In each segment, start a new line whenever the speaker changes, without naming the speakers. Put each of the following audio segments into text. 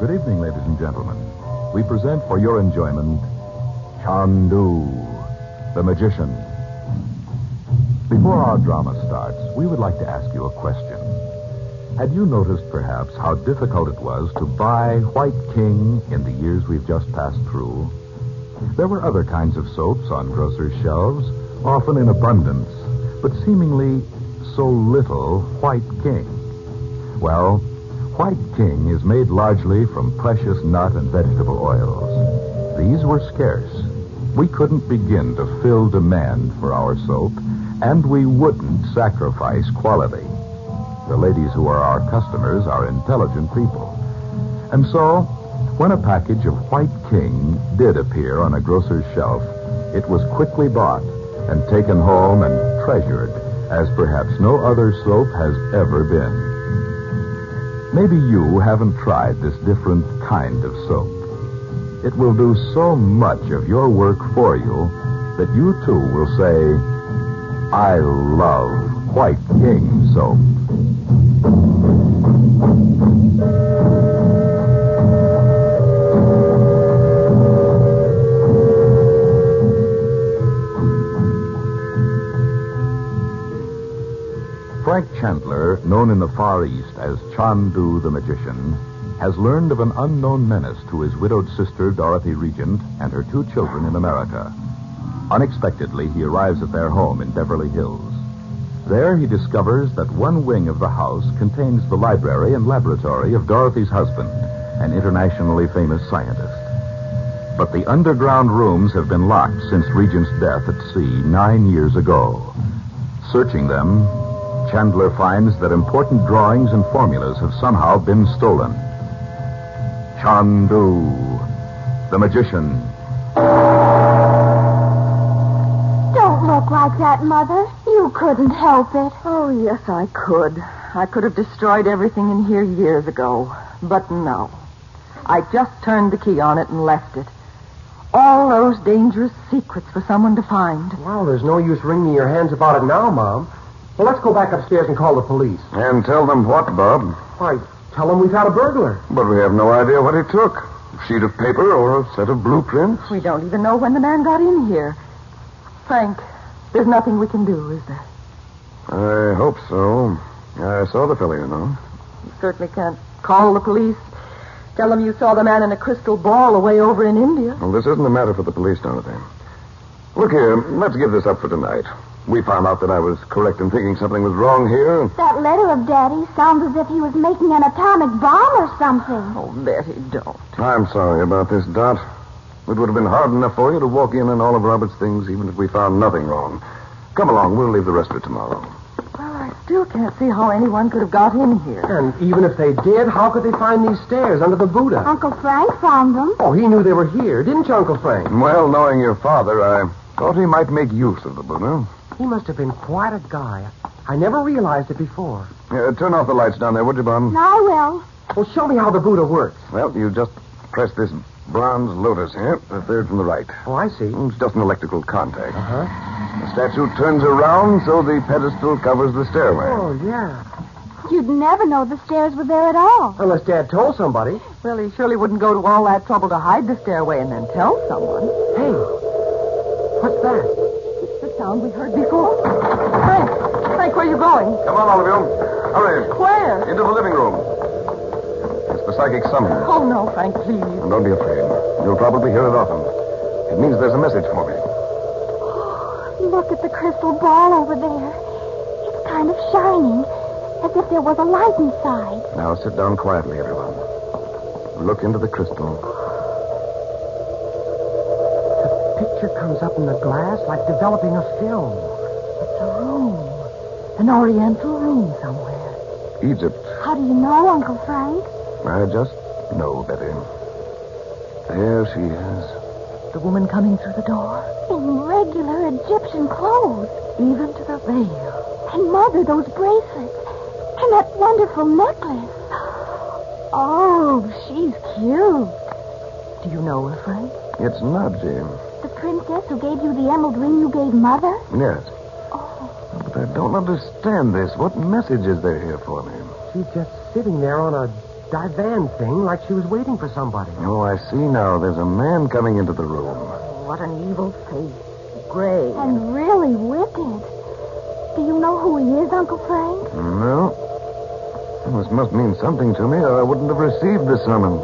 Good evening, ladies and gentlemen. We present for your enjoyment Chandu, the magician. Before our drama starts, we would like to ask you a question. Had you noticed, perhaps, how difficult it was to buy White King in the years we've just passed through? There were other kinds of soaps on grocers' shelves, often in abundance, but seemingly so little White King. Well, White King is made largely from precious nut and vegetable oils. These were scarce. We couldn't begin to fill demand for our soap, and we wouldn't sacrifice quality. The ladies who are our customers are intelligent people. And so, when a package of White King did appear on a grocer's shelf, it was quickly bought and taken home and treasured as perhaps no other soap has ever been. Maybe you haven't tried this different kind of soap. It will do so much of your work for you that you too will say, I love White King soap. Frank Chandler, known in the Far East as Chandu the Magician, has learned of an unknown menace to his widowed sister, Dorothy Regent, and her two children in America. Unexpectedly, he arrives at their home in Beverly Hills. There, he discovers that one wing of the house contains the library and laboratory of Dorothy's husband, an internationally famous scientist. But the underground rooms have been locked since Regent's death at sea nine years ago. Searching them, Chandler finds that important drawings and formulas have somehow been stolen. Chandu, the magician.
Don't look like that, Mother. You couldn't help it.
Oh, yes, I could. I could have destroyed everything in here years ago. But no. I just turned the key on it and left it. All those dangerous secrets for someone to find.
Well, there's no use wringing your hands about it now, Mom. Well, let's go back upstairs and call the police.
And tell them what, Bob?
Why, tell them we've had a burglar.
But we have no idea what he took. A sheet of paper or a set of blueprints.
We don't even know when the man got in here. Frank, there's nothing we can do, is there?
I hope so. I saw the fellow, you know.
You certainly can't call the police. Tell them you saw the man in a crystal ball away over in India.
Well, this isn't a matter for the police, Dorothy. Look here, let's give this up for tonight. We found out that I was correct in thinking something was wrong here.
That letter of Daddy sounds as if he was making an atomic bomb or something.
Oh, Betty, don't.
I'm sorry about this, Dot. It would have been hard enough for you to walk in on all of Robert's things, even if we found nothing wrong. Come along, we'll leave the rest for tomorrow.
Well, I still can't see how anyone could have got in here.
And even if they did, how could they find these stairs under the Buddha?
Uncle Frank found them.
Oh, he knew they were here, didn't you, Uncle Frank?
Well, knowing your father, I thought he might make use of the Buddha.
He must have been quite a guy. I never realized it before.
Uh, turn off the lights down there, would you, Bob?
I will.
Well, show me how the Buddha works.
Well, you just press this bronze lotus here, the third from the right.
Oh, I see.
It's just an electrical contact.
Huh?
The statue turns around so the pedestal covers the stairway.
Oh, yeah.
You'd never know the stairs were there at all.
Unless Dad told somebody.
Well, he surely wouldn't go to all that trouble to hide the stairway and then tell someone.
Hey, what's that?
It's the sound we heard before. Frank, Frank, where are you going?
Come on, all of you. Hurry.
Where?
Into the living room. It's the psychic summons.
Oh, no, Frank, please.
And don't be afraid. You'll probably hear it often. It means there's a message for me.
Look at the crystal ball over there. It's kind of shining, as if there was a light inside.
Now sit down quietly, everyone. Look into the crystal.
The picture comes up in the glass like developing a film.
It's a room. An oriental room somewhere.
Egypt.
How do you know, Uncle Frank?
I just know, Betty. There she is.
The woman coming through the door,
In regular Egyptian clothes.
even to the veil.
And Mother, those bracelets. And that wonderful necklace. Oh, she's cute.
Do you know her, Frank?
It's Nadji.
The princess who gave you the emerald ring you gave Mother?
Yes.
Oh,
But I don't understand this. What message is there here for me?
She's just sitting there on a divan thing like she was waiting for somebody.
Oh, I see now. There's a man coming into the room.
What an evil face. Gray.
and really wicked. Do you know who he is, Uncle Frank?
No. This must mean something to me, or I wouldn't have received the summons.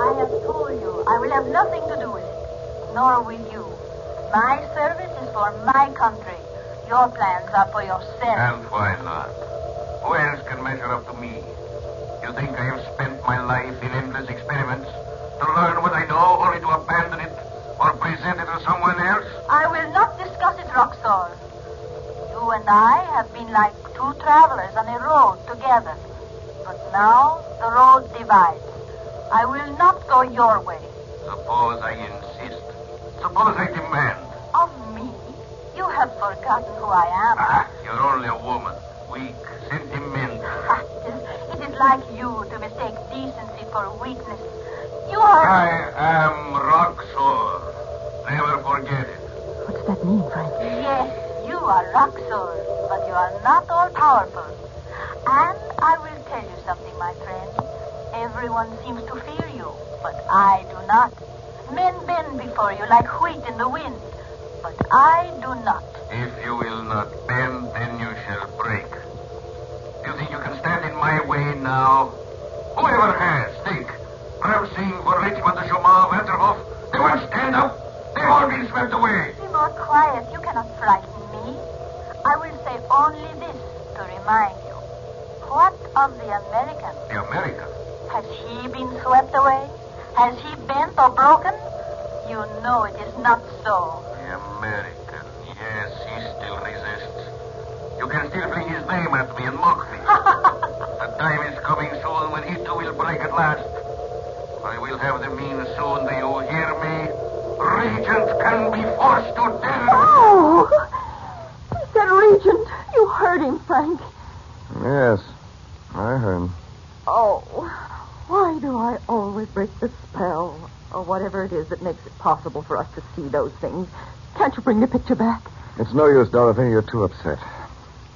I have told you I will have nothing to do with it, nor with you. My service is for my country. Your plans are for yourself.
And why not? Who else can measure up to me? You think I have spent my life in endless experiments to learn what I know only to abandon it or present it to someone else?
I will not discuss it, Roxor. You and I have been like two travelers on a road together. But now the road divides. I will not go your way.
Suppose I insist. Suppose I demand.
Of me? You have forgotten who I am.
Ah, you're only a woman. Weak, sentimental.
It is, it is like you to mistake decency for weakness. You are.
I am Roxor. Never forget it.
What's that mean, Frank?
Yes, you are Roxor, but you are not all powerful. And I will tell you something, my friend. Everyone seems to fear you, but I do not. Men bend before you like wheat in the wind, but I do not.
If you will not bend, then you shall break. You think you can stand in my way now? Whoever has, think. I'm seeing for Richmond, the Shoma, Vanderhoff. They won't stand up. They've all been swept away.
Be more quiet. You cannot frighten me. I will say only this to remind you. What of the American?
The American.
Has he been swept away? Has he bent or broken? You know it is not so.
The American. Yes, he still resists. You can still bring his name at me and mock me. the time is coming soon when he too will break at last. I will have the means soon. Do you hear me? Regents can be forced to tell.
Oh! That regent. You heard him, Frank.
Yes, I heard.
Oh, why do I always break the spell? Or whatever it is that makes it possible for us to see those things. Can't you bring the picture back?
It's no use, Dorothy. You're too upset.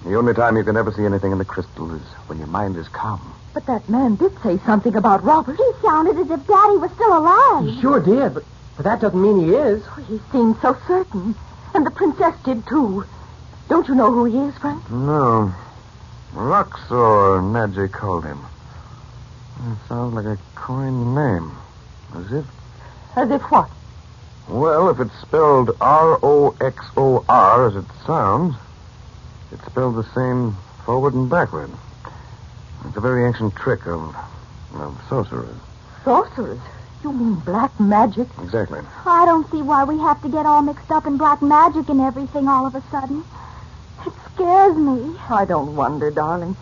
The only time you can ever see anything in the crystal is when your mind is calm.
But that man did say something about Robert.
He sounded as if Daddy was still alive.
He sure did, but, but that doesn't mean he is.
He seemed so certain. And the princess did, too. Don't you know who he is, Frank?
No. Roxor, Nadji called him. It sounds like a coined name. As if,
As if what?
well, if it's spelled R-O-X-O-R as it sounds, it's spelled the same forward and backward. It's a very ancient trick of, of sorcerers.
Sorcerers. You mean black magic?
Exactly.
I don't see why we have to get all mixed up in black magic and everything all of a sudden. It scares me.
I don't wonder, darling.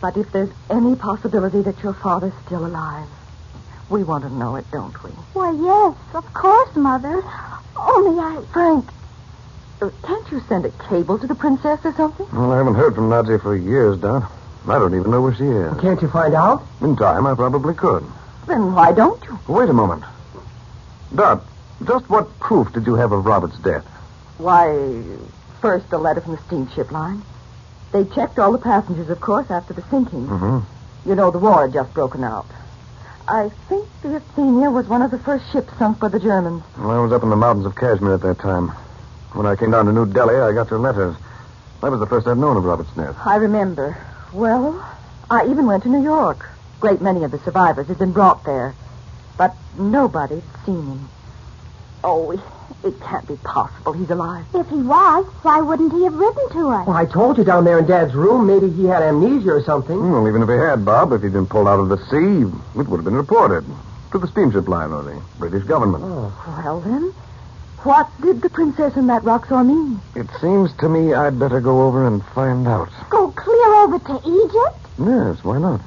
But if there's any possibility that your father's still alive, we want to know it, don't we?
Why, yes, of course, Mother. Only I.
Frank, uh, can't you send a cable to the princess or something?
Well, I haven't heard from Nadji for years, Dot. I don't even know where she is.
Can't you find out?
In time, I probably could.
Then why don't you?
Wait a moment. Dot, just what proof did you have of Robert's death?
Why, first a letter from the steamship line. They checked all the passengers, of course, after the sinking.
Mm-hmm.
You know, the war had just broken out. I think the Athenia was one of the first ships sunk by the Germans.
Well, I was up in the mountains of Kashmir at that time. When I came down to New Delhi, I got your letters. That was the first I'd known of Robert's death.
I remember. Well, I even went to New York. Great many of the survivors had been brought there, but nobody'd seen him. Oh, it, it can't be possible. He's alive.
If he was, why wouldn't he have written to us?
Well, I told you down there in Dad's room, maybe he had amnesia or something.
Well, even if he had, Bob, if he'd been pulled out of the sea, it would have been reported to the steamship line or the British government.
Oh,
Well, then, What did the princess and that Roxor mean?
It seems to me I'd better go over and find out.
Go clear over to Egypt?
Yes, why not?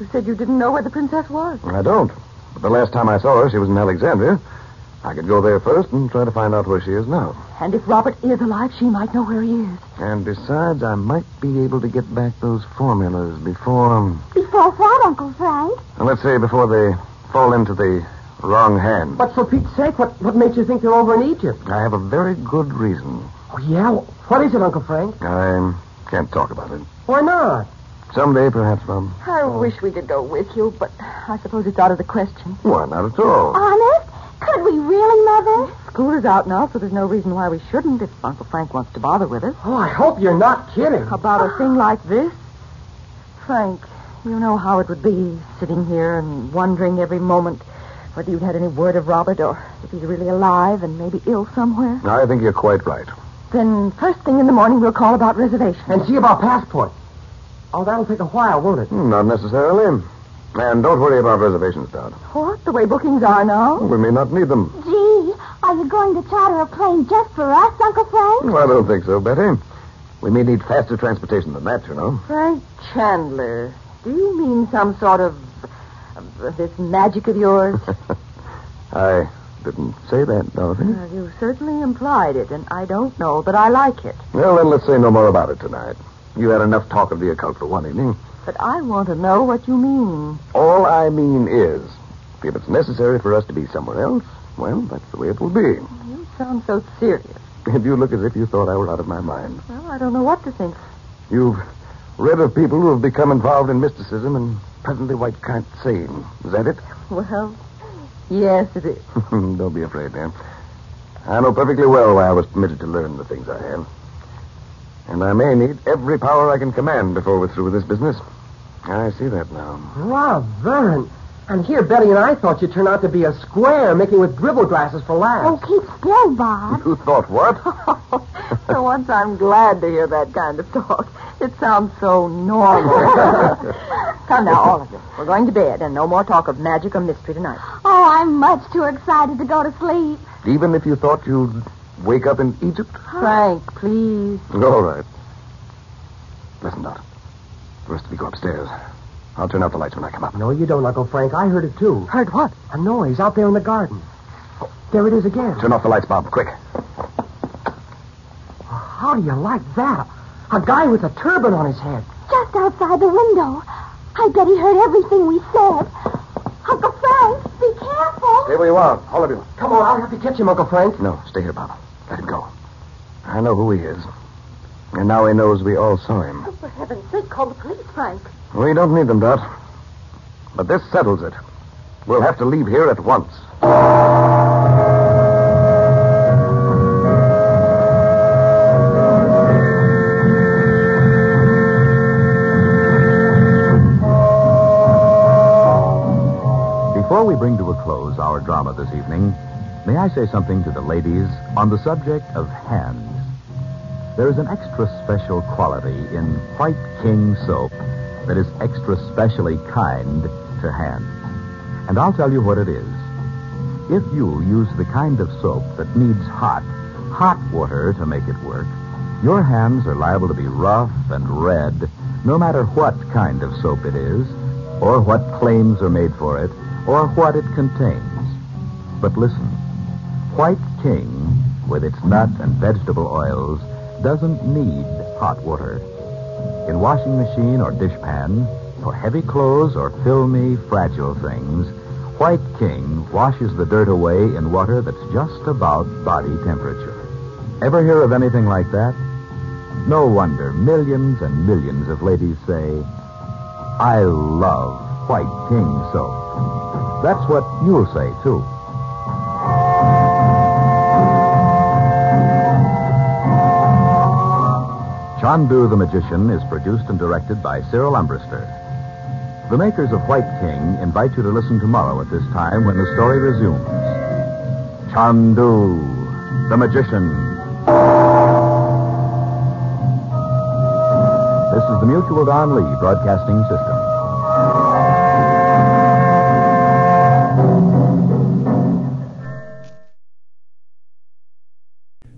You said you didn't know where the princess was.
I don't. But the last time I saw her, she was in Alexandria. I could go there first and try to find out where she is now.
And if Robert is alive, she might know where he is.
And besides, I might be able to get back those formulas before, um,
Before what, Uncle Frank?
let's say, before they fall into the wrong hands.
But for Pete's sake, what, what makes you think they're over in Egypt?
I have a very good reason.
Oh, yeah? What is it, Uncle Frank?
I um, can't talk about it.
Why not?
Someday, perhaps, um, Bob.
I
Oh.
wish we could go with you, but I suppose it's out of the question.
Why, not at all.
Honest? Could we really, Mother?
School is out now, so there's no reason why we shouldn't if Uncle Frank wants to bother with us.
Oh, I hope you're not kidding.
About a thing like this? Frank, you know how it would be sitting here and wondering every moment whether you'd had any word of Robert or if he's really alive and maybe ill somewhere.
I think you're quite right.
Then first thing in the morning we'll call about reservations.
And see about passport. Oh, that'll take a while, won't it?
Hmm, Not necessarily. And don't worry about reservations, Dad.
What? The way bookings are now?
We may not need them.
Gee, are you going to charter a plane just for us, Uncle Frank?
Well, I don't think so, Betty. We may need faster transportation than that, you know.
Frank Chandler, do you mean some sort of of this magic of yours?
I didn't say that, Dorothy.
Uh, you certainly implied it, and I don't know, but I like it.
Well, then let's say no more about it tonight. You had enough talk of the occult for one evening.
But I want to know what you mean.
All I mean is, if it's necessary for us to be somewhere else, well, that's the way it will be.
You sound so serious.
If you look as if you thought I were out of my mind.
Well, I don't know what to think.
You've read of people who have become involved in mysticism and presently white can't sane. Is that it?
Well, yes, it is.
Hmm, Don't be afraid, ma'am. I know perfectly well why I was permitted to learn the things I have. And I may need every power I can command before we're through with this business. I see that now.
Rather. And, and here, Betty and I thought you turned out to be a square making with dribble glasses for
Oh,
laughs.
keep still, Bob.
You thought what?
For once, I'm glad to hear that kind of talk. It sounds so normal. Come now, all of you. We're going to bed, and no more talk of magic or mystery tonight.
Oh, I'm much too excited to go to sleep.
Even if you thought you'd wake up in Egypt?
Frank, please.
All right. Listen, Dot. First, we go upstairs. I'll turn out the lights when I come up.
No, you don't, Uncle Frank. I Oh. heard it, too.
Heard what?
A noise out there in the garden. There it is again.
Turn off the lights, Bob, quick.
How do you like that? A guy with a turban on his head.
Just outside the window. I bet he heard everything we said. Uncle Frank, be careful.
Stay where you are, all of you.
Come on, I'll have to catch him, Uncle Frank.
No, stay here, Bob. Let him go. I know who he is. And now he knows we all saw him.
For heaven's sake, call the police, Frank.
We don't need them, Dot. But this settles it. We'll have to leave here at once.
Before we bring to a close our drama this evening, may I say something to the ladies on the subject of hands. There is an extra special quality in White King soap that is extra specially kind to hands. And I'll tell you what it is. If you use the kind of soap that needs hot, hot water to make it work, your hands are liable to be rough and red, no matter what kind of soap it is, or what claims are made for it, or what it contains. But listen, White King, with its nut and vegetable oils, doesn't need hot water in washing machine or dishpan, for heavy clothes or filmy, fragile things, White King washes the dirt away in water that's just about body temperature. Ever hear of anything like that? No wonder millions and millions of ladies say, I love White King soap. That's what you'll say, too. Chandu the Magician is produced and directed by Cyril Umbrister. The makers of White King invite you to listen tomorrow at this time when the story resumes. Chandu the Magician. This is the Mutual Don Lee Broadcasting System.